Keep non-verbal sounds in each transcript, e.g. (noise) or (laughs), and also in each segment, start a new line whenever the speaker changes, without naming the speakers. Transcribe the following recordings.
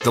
The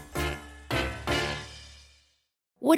What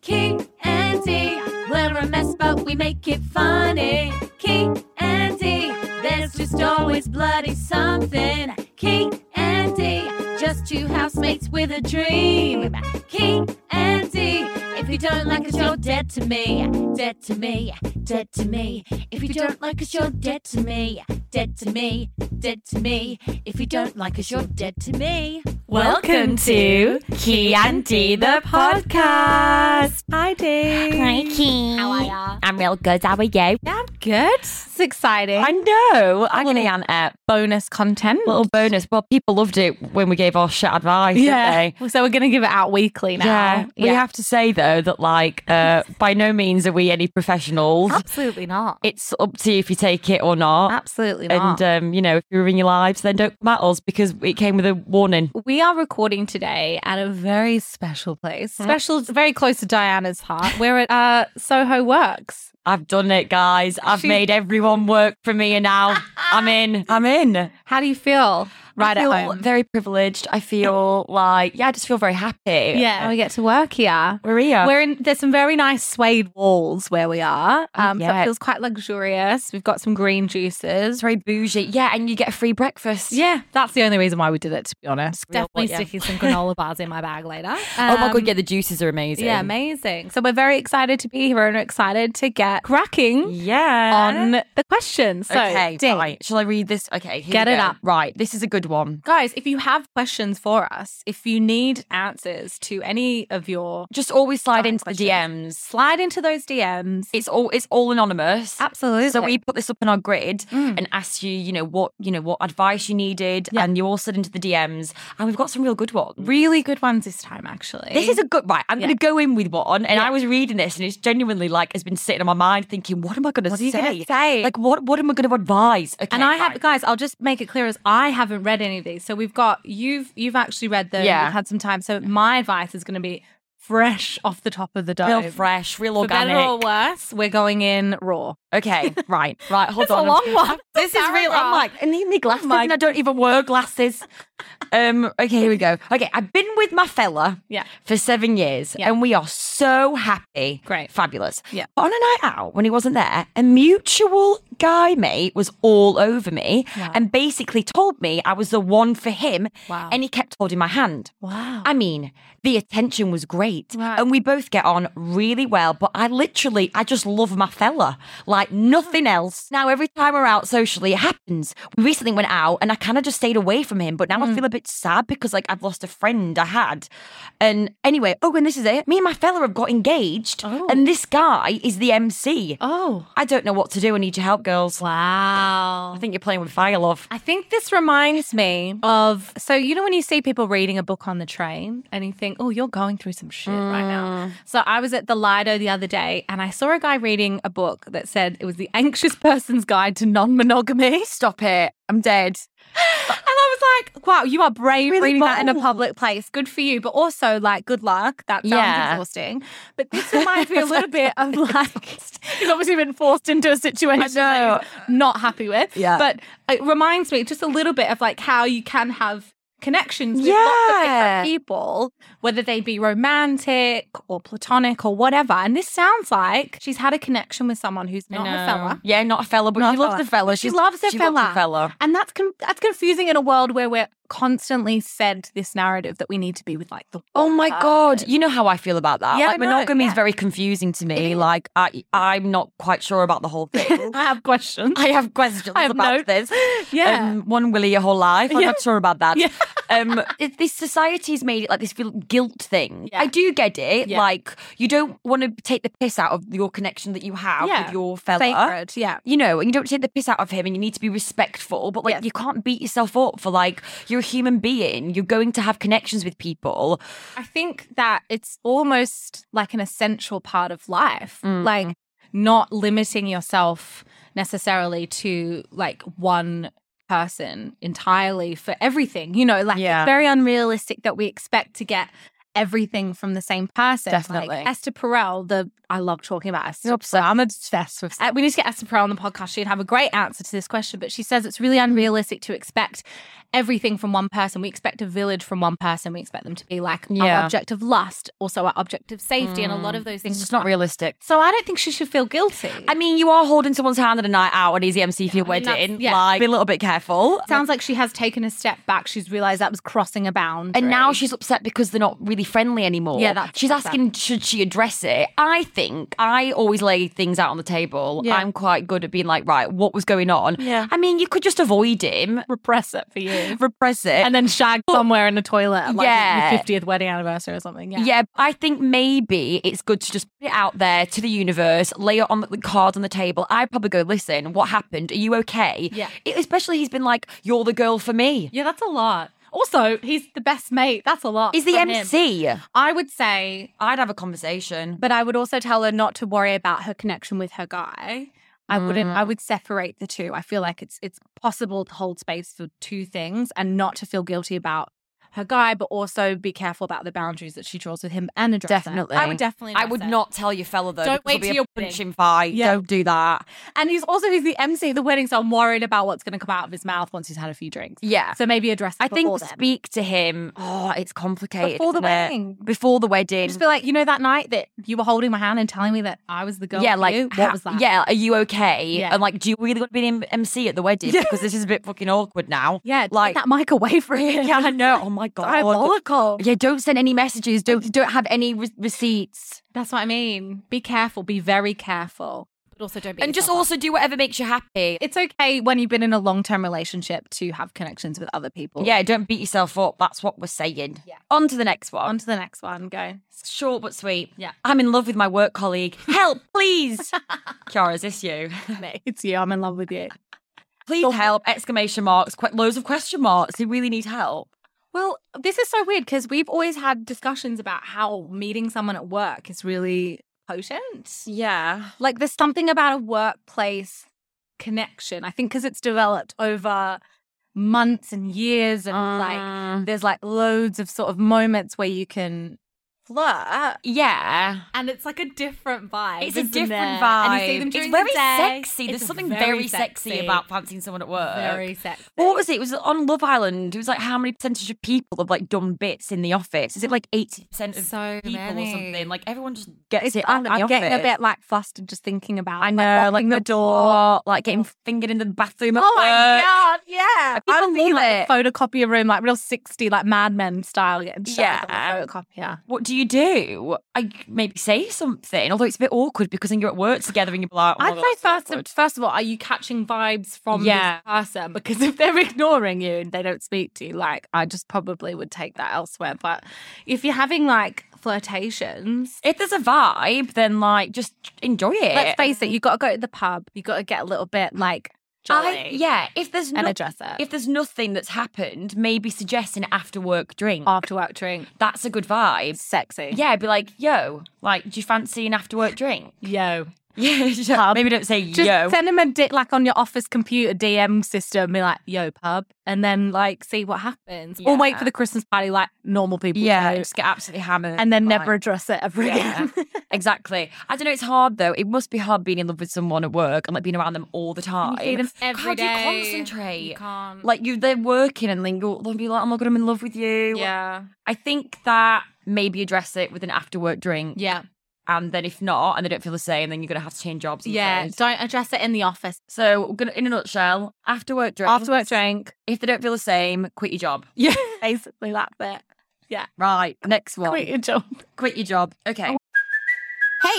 Key and D, we're a mess, but we make it funny. Key and D, there's just always bloody something. Key and D, just two housemates with a dream. Key and D, if you don't like us, you're dead to me. Dead to me, dead to me. If you don't like us, you're dead to me. Dead to me, dead to me. If you don't like us, you're dead to me.
Welcome to Key and D the podcast. Hi, Dee.
Hi, Key.
How are ya?
I'm real good. How are you?
I'm good.
It's exciting.
I know. Agony and it. Bonus content.
Little bonus. Well, people loved it when we gave our shit advice. didn't they?
Well, So we're going to give it out weekly now.
Yeah. We
Yeah.
have to say though that like uh, by no means are we any professionals.
Absolutely not.
It's up to you if you take it or not.
Absolutely not.
And um, you know, if you're in your lives, then don't come at us because it came with a warning.
we are recording today at a very special place. Special, very close to Diana's heart. We're at uh, Soho Works.
I've done it, guys. I've
She-
made everyone work for me, and (laughs) now I'm in. I'm in.
How do you feel right
I feel
at home?
Very privileged. I feel like yeah, I just feel very happy.
yeah, we get to work here.
we're here.
We're in. There's some very nice suede walls where we are. Um, so
yeah.
it feels quite luxurious. We've got some green juices.
very bougie. Yeah, and you get a free breakfast.
Yeah, that's the only reason why we did it. To be honest,
Real
definitely
what, yeah.
sticking (laughs) some granola bars in my bag later.
Oh my
Um,
god, yeah, the juices are amazing.
yeah, amazing. So we're very excited to be here and we're excited to get cracking on
Yeah.
the questions. So,
okay,
Ding.
right. Shall I read this? Okay, here
Get
we
it
go.
up.
Right, this is a good one.
Guys, if you have questions for us, if you need answers to any of your,
Just always slide
Oh,
into
questions.
the DMs.
slide into those DMs.
It's all it's all anonymous.
Absolutely.
So we put this up in our grid
Mm.
and asked you, you know, what you know, what advice you needed,
Yeah.
and you all slid into the DMs, and we've got some real good ones.
really good ones this time, actually.
This is a good right. I'm
Yeah.
going to go in with one, and
Yeah.
I was reading this, and it's genuinely like has been sitting on my mind, thinking, what am I going to
What are
say?
you gonna say?
Like, what what am I going to advise? Okay,
and I have,
right.
guys. I'll just make it clear as I haven't read any of these. So we've got you've you've actually read them.
Yeah.
You've had some time. So my advice is going to be fresh off the top of the dome.
real fresh, real
For better or
organic.
worse, we're going in raw.
Okay, right, right. Hold
It's a
on.
long one.
This is real. I'm
Paragraph.
like, I need Oh my glasses,
my-
and I don't even wear glasses. um. Okay, here we go. Okay, I've been with my fella.
Yeah.
for seven years,
Yeah.
and we are so happy.
Great.
fabulous.
Yeah.
But on a night out when he wasn't there, a mutual guy mate was all over me
Wow.
and basically told me I was the one for him.
Wow.
And he kept holding my hand.
Wow.
I mean, the attention was great,
Wow.
and we both get on really well. But I literally, I just love my fella like nothing else. Now every time we're out socially, it happens. We recently went out, and I kind of just stayed away from him. But now
Mm.
I feel a bit sad because like I've lost a friend I had. And anyway, oh, and this is it. Me and my fella have got engaged,
Oh.
and this guy is the MC.
oh
I don't know what to do. I need your help, girls.
wow.
I think you're playing with fire, love.
I think this reminds me of so you know when you see people reading a book on the train and you think, oh, you're going through some shit right
Mm.
now. So I was at the Lido the other day and I saw a guy reading a book that said it was the anxious person's guide to non-monogamy. Stop it. I'm dead. (laughs) And I was like, wow, you are brave
Really
reading that in a
bold.
public place. Good for you. But also, like, good luck. That sounds
Yeah.
exhausting. But this reminds me a little bit (laughs) of like, (laughs) he's obviously been forced into a situation that he's not happy with.
Yeah.
But it reminds me just a little bit of like how you can have connections with lots of
Yeah.
different people, whether they be romantic or platonic or whatever. And this sounds like she's had a connection with someone who's not a fella.
Yeah, not a fella, but
Ah. Not
she
a
loves
fella.
the fella.
She
She's-
loves the
she
fella.
Loves the fella.
And that's con- that's confusing in a world where we're constantly fed this narrative that we need to be with like the
Oh my god! You know how I feel about that.
Yeah, I
like
know,
monogamy
yeah.
is very confusing to me. Like I, I'm not quite sure about the whole
(laughs)
thing.
I have questions.
I have questions
I have
about
notes.
this.
(gasps) Yeah.
Um, one will your whole life. I'm
Yeah.
not sure about that.
(laughs) Yeah.
Um, it, this society's made it like this feel- guilt thing.
Yeah.
I do get it.
Yeah.
Like you don't want to take the piss out of your connection that you have
Yeah.
with your fella.
Sacred, yeah.
You know, and you don't take the piss out of him, and you need to be respectful. But like,
Yes.
you can't beat yourself up for like you're a human being. You're going to have connections with people.
I think that it's almost like an essential part of life.
Mm-hmm.
Like not limiting yourself necessarily to like one person entirely for everything. You know, like
Yeah.
it's very unrealistic that we expect to get everything from the same person. Like,
Definitely.
Esther Perel, the I love talking about Esther.
You're
Perel. I'm obsessed with uh, we need to get Esther Perel on the podcast. She'd have a great answer to this question, but she says it's really unrealistic to expect everything from one person. We expect a village from one person. We expect them to be like our
Yeah.
object of lust, also our object of safety, and a lot of those
It's
things.
just not realistic.
so I don't think she should feel guilty.
I mean, you are holding someone's hand at a night out and he's the MC for your
mean, that's-
wedding.
yeah.
Like, be a little bit careful.
sounds like she has taken a step back. She's realized that was crossing a boundary.
and now she's upset because they're not really friendly anymore.
Yeah, that's-
she's
that's
asking should she address it. I think I always lay things out on the table.
Yeah.
I'm quite good at being like, right, what was going on?
Yeah.
I mean, you could just avoid him,
repress it for you.
repress it,
And then shag somewhere in the toilet, at, like
Yeah.
your fiftieth wedding anniversary or something. Yeah,
Yeah, but I think maybe it's good to just put it out there to the universe, lay it on the card on the table. I'd probably go, listen, what happened? Are you okay?
Yeah.
It- especially he's been like, you're the girl for me.
yeah, that's a lot. Also, he's the best mate. That's a lot.
He's the
for him.
MC.
I would say,
I'd have a conversation.
but I would also tell her not to worry about her connection with her guy. I wouldn't.
Mm.
I would separate the two. I feel like it's it's possible to hold space for two things and not to feel guilty about her guy, but also be careful about the boundaries that she draws with him and address it. I would definitely.
I
address
would
it.
not tell your fella though.
Don't
because it'll
wait
be
till
a
your wedding.
punching fight.
Yeah.
Don't do that.
And he's also he's the MC of the wedding, so I'm worried about what's going to come out of his mouth once he's had a few drinks.
Yeah.
So maybe address. It
I think
before then.
speak to him. Oh, it's complicated
Before the
isn't it?
wedding.
Before the wedding.
Just be like, you know, that night that you were holding my hand and telling me that I was the girl.
yeah,
for
like
you? what
ha-
was that?
Yeah, are you okay?
Yeah.
And like, do you really want to be an MC at the wedding? Because this is a bit fucking awkward now.
yeah.
like
Like that mic away from
(laughs)
him.
yeah, I know. Oh my god.
Diabolical.
Yeah, don't send any messages. Don't don't have any re- receipts.
That's what I mean. Be careful. Be very careful. But also don't be.
And just also do whatever makes you happy.
it's okay when you've been in a long term relationship to have connections with other people.
Yeah, don't beat yourself up. That's what we're saying. Yeah. On to the next one.
On to the next one. Go.
Short but sweet.
Yeah.
I'm in love with my work colleague. Help, please.
(laughs)
Kiara, is this you?
It's you. I'm in love with you.
Please
Oh.
help! Exclamation marks. Qu- loads of question marks. You really need help.
Well, this is so weird because we've always had discussions about how meeting someone at work is really potent.
Yeah.
Like there's something about a workplace connection. I think because it's developed over months and years, and like there's like loads of sort of moments where you can flirt,
Yeah.
and it's like a different vibe.
It's a
isn't
different
it?
vibe.
And you see them during
it's
the
very
day.
sexy. There's
It's
something very sexy. about fancying someone at work.
very sexy.
What was it? It was on Love Island. It was like how many percentage of people have like done bits in the office? Is it like eighty percent of
So
people
many.
or something? Like everyone just gets
It's,
it. on
I'm,
in the
I'm getting a
office.
bit like flustered just thinking about.
I know, like,
locking
the door, like getting fingered in the bathroom. At
Oh my
work.
god! Yeah,
People
I'm thinking
love
(laughs)
it.
like a photocopier room, like real sixty, like Mad Men style. Getting yeah,
Yeah.
photocopier.
What do you do? I maybe say something, although it's a bit awkward because then you're at work together and you're like, oh my
I'd
God,
say
that's
first,
awkward.
of, first of all, are you catching vibes from
Yeah.
this person? Because if they're (laughs) ignoring you and they don't speak to you, like I just probably would take that elsewhere. But if you're having like flirtations,
if there's a vibe, then like just enjoy it.
let's face it, you got to go to the pub. You got to get a little bit like jolly.
I, yeah, if there's
and
no-
address it.
if there's nothing that's happened, maybe suggest an after work drink.
after work drink,
that's a good vibe.
sexy. (laughs)
Yeah, be like, yo, like, do you fancy an after work drink?
Yo,
(laughs) Yeah, yeah,
Pub.
Maybe don't say
Just
yo.
send him a di- like on your office computer DM system, be like, "Yo, pub," and then like see what happens, or wait for
Yeah.
the Christmas party like normal people.
yeah,
do,
just get absolutely hammered.
and then
Like,
never address it ever
Yeah.
again. (laughs)
exactly. I don't know. It's hard though. It must be hard being in love with someone at work and like being around them all the time.
see them every
How do
day.
you
You
concentrate?
can't.
Like you, they're working and then you'll they'll be like, "Oh my god, I'm in love with you."
yeah,
I think that maybe address it with an after work drink.
yeah,
And then if not, and they don't feel the same, then you're gonna have to change jobs. I'm
yeah.
afraid.
Don't address it in the office.
So we're gonna, in a nutshell, after work drink.
After work drink.
If they don't feel the same, quit your job.
Yeah, (laughs) basically that's it.
Right. Next one.
Quit your job. Oh,
Quit your job. Okay.
Hey,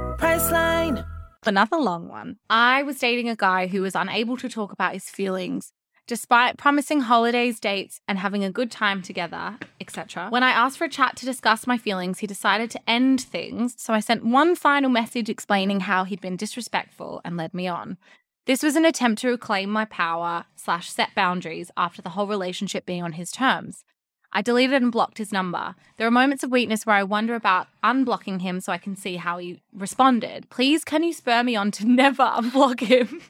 Priceline.
Another long one. I was dating a guy who was unable to talk about his feelings despite promising holidays, dates, and having a good time together, etc. When I asked for a chat to discuss my feelings, he decided to end things, so I sent one final message explaining how he'd been disrespectful and led me on. This was an attempt to reclaim my power slash set boundaries after the whole relationship being on his terms. I deleted and blocked his number. There are moments of weakness where I wonder about unblocking him so I can see how he responded. Please, can you spur me on to (laughs) never unblock him?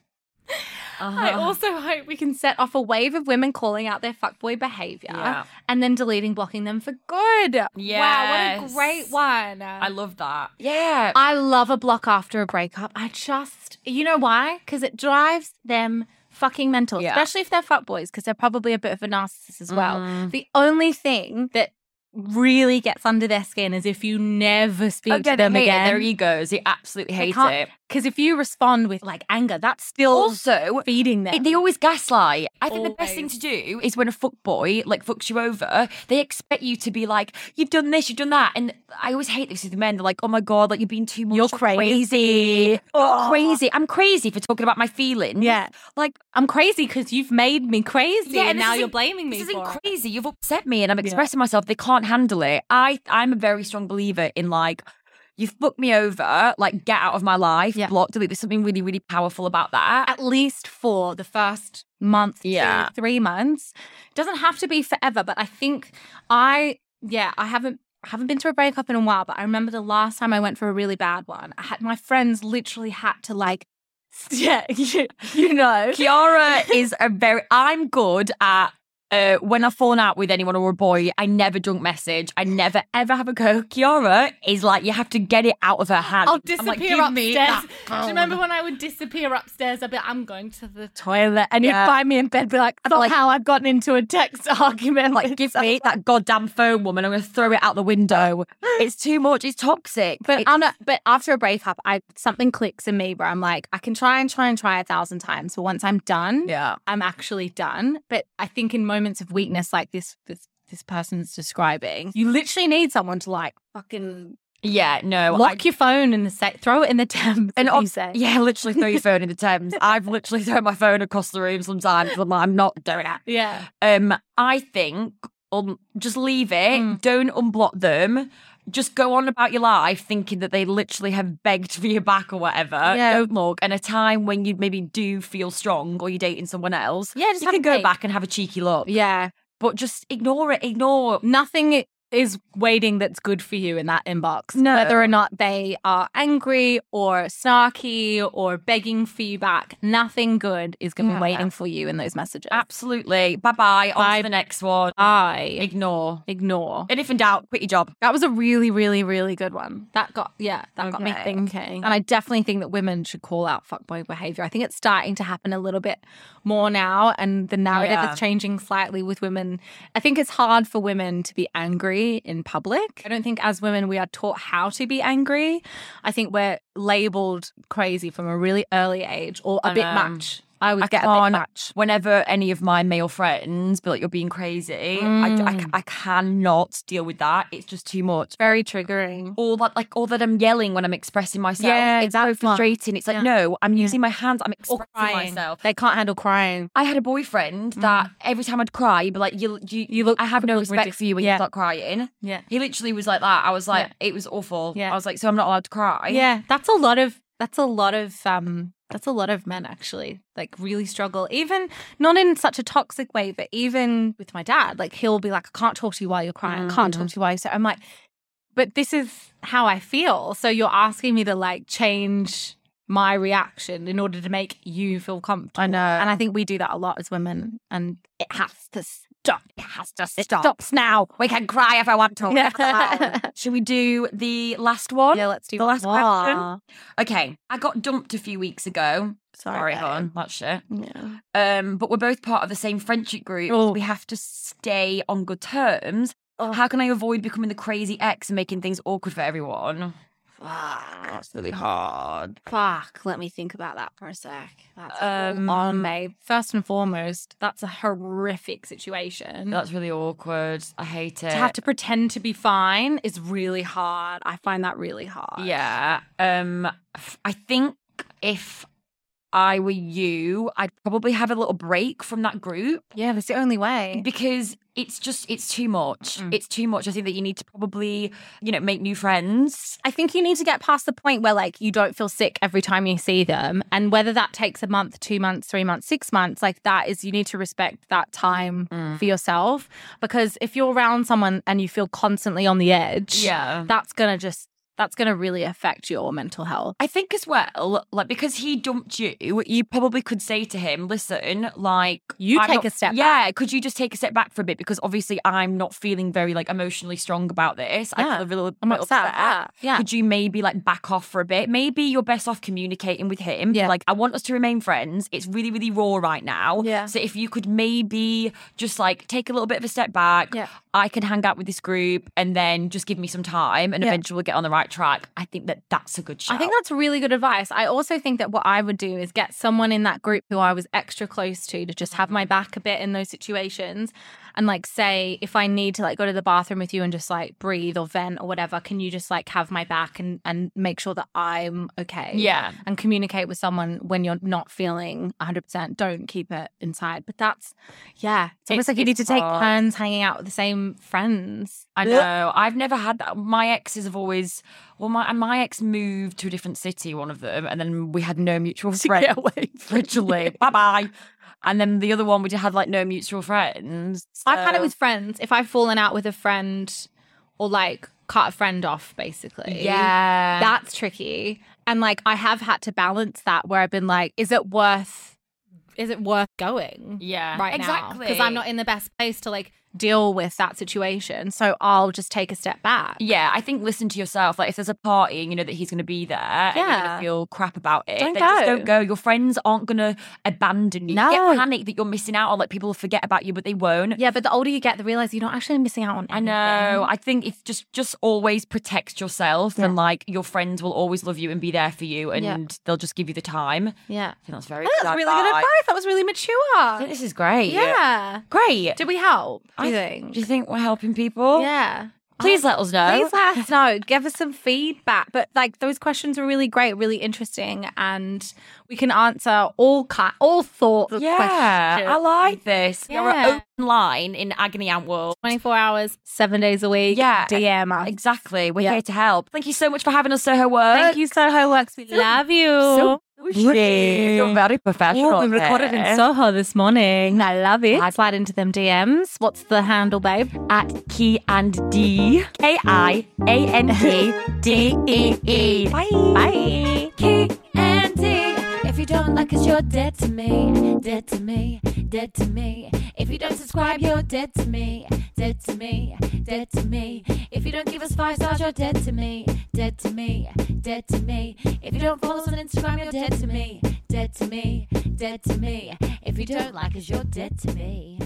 I
Ah.
also hope we can set off a wave of women calling out their fuckboy behavior
Yeah.
and then deleting, blocking them for good. Wow, what a
Yes.
great one.
I love that. Yeah.
I love a block after a breakup. I just, you know why? Because it drives them fucking mental,
Yeah.
especially if they're fuckboys, because they're probably a bit of a narcissist as well.
Mm.
The only thing that really gets under their skin is if you never speak
Oh, yeah,
to them
they hate it.
again.
Their egos. They absolutely hate it.
Because if you respond with like anger, that's still
Also,
feeding them.
it- they always gaslight. I think the best thing
Always.
to do is when a fuckboy like fucks you over, they expect you to be like, "You've done this, you've done that," and I always hate this with men. They're like, "Oh my god, like you've been too much.
You're crazy.
You're crazy. I'm crazy for talking about my feelings."
yeah.
like
I'm crazy because you've made me crazy
Yeah,
and
this
now
isn't-
you're blaming me
This isn't
for it.
crazy. You've upset me, and I'm expressing myself. They can't handle it. I I'm a very strong believer in like. You fucked me over, like get out of my life,
Yeah.
block, delete. There's something really, really powerful about that.
at least for the first month, yeah,
Yeah.
three months. Doesn't have to be forever, but I think I, yeah, I haven't haven't been through a breakup in a while, but I remember the last time I went for a really bad one. I had my friends literally had to like, (laughs) yeah, you, you know, (laughs)
Kiara is a very. I'm good at uh, when I've fallen out with anyone or a boy. I never drunk message. I never ever have a go. Kiara is like you have to get it out of her hand.
I'll
I'm like,
disappear
"Give me
upstairs.
that
Do you
phone."
remember when I would disappear upstairs? I'd be like, I'm going to the toilet. And
Yeah.
you'd find me in bed, be like, that's
like-
how I've gotten into a text (laughs) argument.
Like,
with
(laughs) give me that goddamn phone, woman. I'm going to throw it out the window. It's too much. It's toxic.
But
It-
on a, but after a breakup, I something clicks in me where I'm like, I can try and try and try a thousand times, but once I'm done,
yeah,
I'm actually done. But I think in moments of weakness like this, this this person's describing, you literally need someone to like fucking
yeah, no. Oh, I-
lock your phone in the sa- throw it in the (laughs) Thames, and
ob-
you say,
yeah, literally throw your phone in the Thames. I've literally thrown my phone across the room sometimes. I'm like, I'm not doing it.
yeah,
Um, I think um, just leave it.
Hmm.
Don't unblock them. Just go on about your life, thinking that they literally have begged for your back or whatever.
Yeah.
Don't look. And a time when you maybe do feel strong or you're dating someone else,
Yeah, just
you
have
can
a
go
think.
back and have a cheeky look.
yeah.
But just ignore it. Ignore.
Nothing is waiting that's good for you in that inbox.
No.
Whether or not they are angry or snarky or begging for you back, nothing good is going to be
Yeah.
waiting for you in those messages.
Absolutely. Bye bye. On
Bye.
to the next one.
I
Ignore.
ignore.
And if in doubt, quit your job.
That was a really, really, really good one. That got, yeah, that got me
Okay.
thinking. And I definitely think that women should call out fuckboy behavior. I think it's starting to happen a little bit more now. And the narrative
Yeah.
is changing slightly with women. I think it's hard for women to be angry in public. I don't think as women we are taught how to be angry. I think we're labeled crazy from a really early age or a
I
bit
know.
much. I would
I
get a bit
can't-
much.
Whenever any of my male friends be like, you're being crazy, I, I
Mm.
ca- I cannot deal with that. It's just too much.
Very triggering.
All that, like, all that I'm yelling when I'm expressing myself.
Yeah,
it's so
exactly.
frustrating. It's like,
Yeah.
no, I'm using my hands. I'm
Or
expressing
crying. Mm.
myself.
They can't handle crying.
I had a boyfriend that every time I'd cry, he'd be like, "You, you,
You look-
I have no
look
respect
ridic-
for you when
yeah.
you start crying."
Yeah.
He literally was like that. I was like, it was awful.
Yeah.
I was like, so I'm not allowed to cry.
Yeah, that's a lot of that's a lot of um that's a lot of men actually like really struggle even not in such a toxic way but even with my dad like he'll be like I can't talk to you while you're crying I can't talk to you while you're sad." I'm like but this is how I feel so you're asking me to like change my reaction in order to make you feel comfortable
I know.
and I think we do that a lot as women and it has to stop it has to stop stops now
We can cry if I want to.
Yeah. (laughs)
Should we do the last one?
yeah let's do
the last
Wow.
Okay. I got dumped a few weeks ago. Sorry,
babe.
hon. That's shit.
yeah.
Um, but we're both part of the same friendship group.
Oh.
We have to stay on good terms. How can I avoid becoming the crazy ex and making things awkward for everyone? That's really hard.
Fuck, let me think about that for a sec.
Uh,
That's
Um,
um, on May. First and foremost, that's a horrific situation.
That's really awkward. I hate it.
to have to pretend to be fine is really hard. I find that really hard.
Yeah. Um f- I think if I were you, I'd probably have a little break from that group
Yeah, that's the only way.
because it's just it's too much.
Mm.
It's too much. I think that you need to probably, you know, make new friends.
I think you need to get past the point where like you don't feel sick every time you see them. And whether that takes a month, two months, three months, six months, like that is you need to respect that time
Mm.
for yourself. Because if you're around someone and you feel constantly on the edge,
Yeah.
that's gonna just that's gonna really affect your mental health.
I think as well, like because he dumped you, you probably could say to him, "Listen, like
You
I'm
take
not-
a step
Yeah, could you just take a step back for a bit because obviously I'm not feeling very like emotionally strong about this. I
Yeah.
feel a little
I'm
bit
upset. Yeah.
Could you maybe like back off for a bit? Maybe you're best off communicating with him.
Yeah.
Like I want us to remain friends. It's really really raw right now.
Yeah.
So if you could maybe just like take a little bit of a step back.
Yeah.
I can hang out with this group and then just give me some time and
Yeah.
eventually we'll get on the right track. I think that that's a good shout.
I think that's really good advice. I also think that what I would do is get someone in that group who I was extra close to to just have my back a bit in those situations and like say if I need to like go to the bathroom with you and just like breathe or vent or whatever, can you just like have my back and and make sure that I'm okay?
Yeah.
And communicate with someone when you're not feeling 100%. Don't keep it inside. But that's yeah, it's
It's-
almost like you need to
it's
take
hard.
turns hanging out with the same friends.
I know. I've never had that. My exes have always well, my and my ex moved to a different city, one of them, and then we had no
(laughs)
mutual friends. Literally, bye bye. And then the other one, we just had like no mutual friends.
I've had it
so-
with friends. If I've fallen out with a friend or like cut a friend off, basically.
yeah.
That's tricky. And like I have had to balance that where I've been like, is it worth is it worth going?
Yeah.
Right
Exactly.
Because I'm not in the best place to like deal with that situation. So I'll just take a step back.
yeah, I think listen to yourself. Like if there's a party and you know that he's going to be there, yeah, and you're
Yeah.
gonna feel crap about it.
Don't
then Just
go.
don't go. Your friends aren't going to abandon you. You
No.
Get panic that you're missing out on. Like people will forget about you, but they won't.
Yeah, but the older you get, the realize you're not actually missing out on
I
anything.
know. I think it's just just always protect yourself and like your friends will always love you and be there for you and
Yeah.
they'll just give you the time. I
Yeah.
think that's very
That's
good
really good advice. That was really
I
mature.
think this is great.
Yeah.
Great.
Did we help?
I
Do you
think.
think?
Do you think we're helping people?
Yeah.
Please let us know.
Please let us know. Give us some feedback. But like those questions are really great, really interesting, and we can answer all kind, all thoughts. of
yeah. I
questions.
like this. You're
Yeah.
an open line in Agony Ant World.
twenty four hours, seven days a week.
Yeah.
DM us.
Exactly. We're
Yeah.
here to help. Thank you so much for having us, Soho Work.
Thank you, Soho Works. We love you.
So pushy. You're very professional.
we recorded
there.
in Soho this morning. I love it. Slide into them DMs. What's the handle, babe?
at Key and D K I A N D D E E. Bye. Bye.
Key and D. If you don't like us, you're dead to me, dead to me, dead to me. If you don't subscribe, you're dead to me, dead to me, dead to me. If you don't give us five stars, you're dead to me, dead to me, dead to me. If you don't follow us on Instagram, you're dead to me, dead to me, dead to me. If you don't like us, you're dead to me.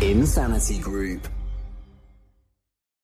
Insanity Group.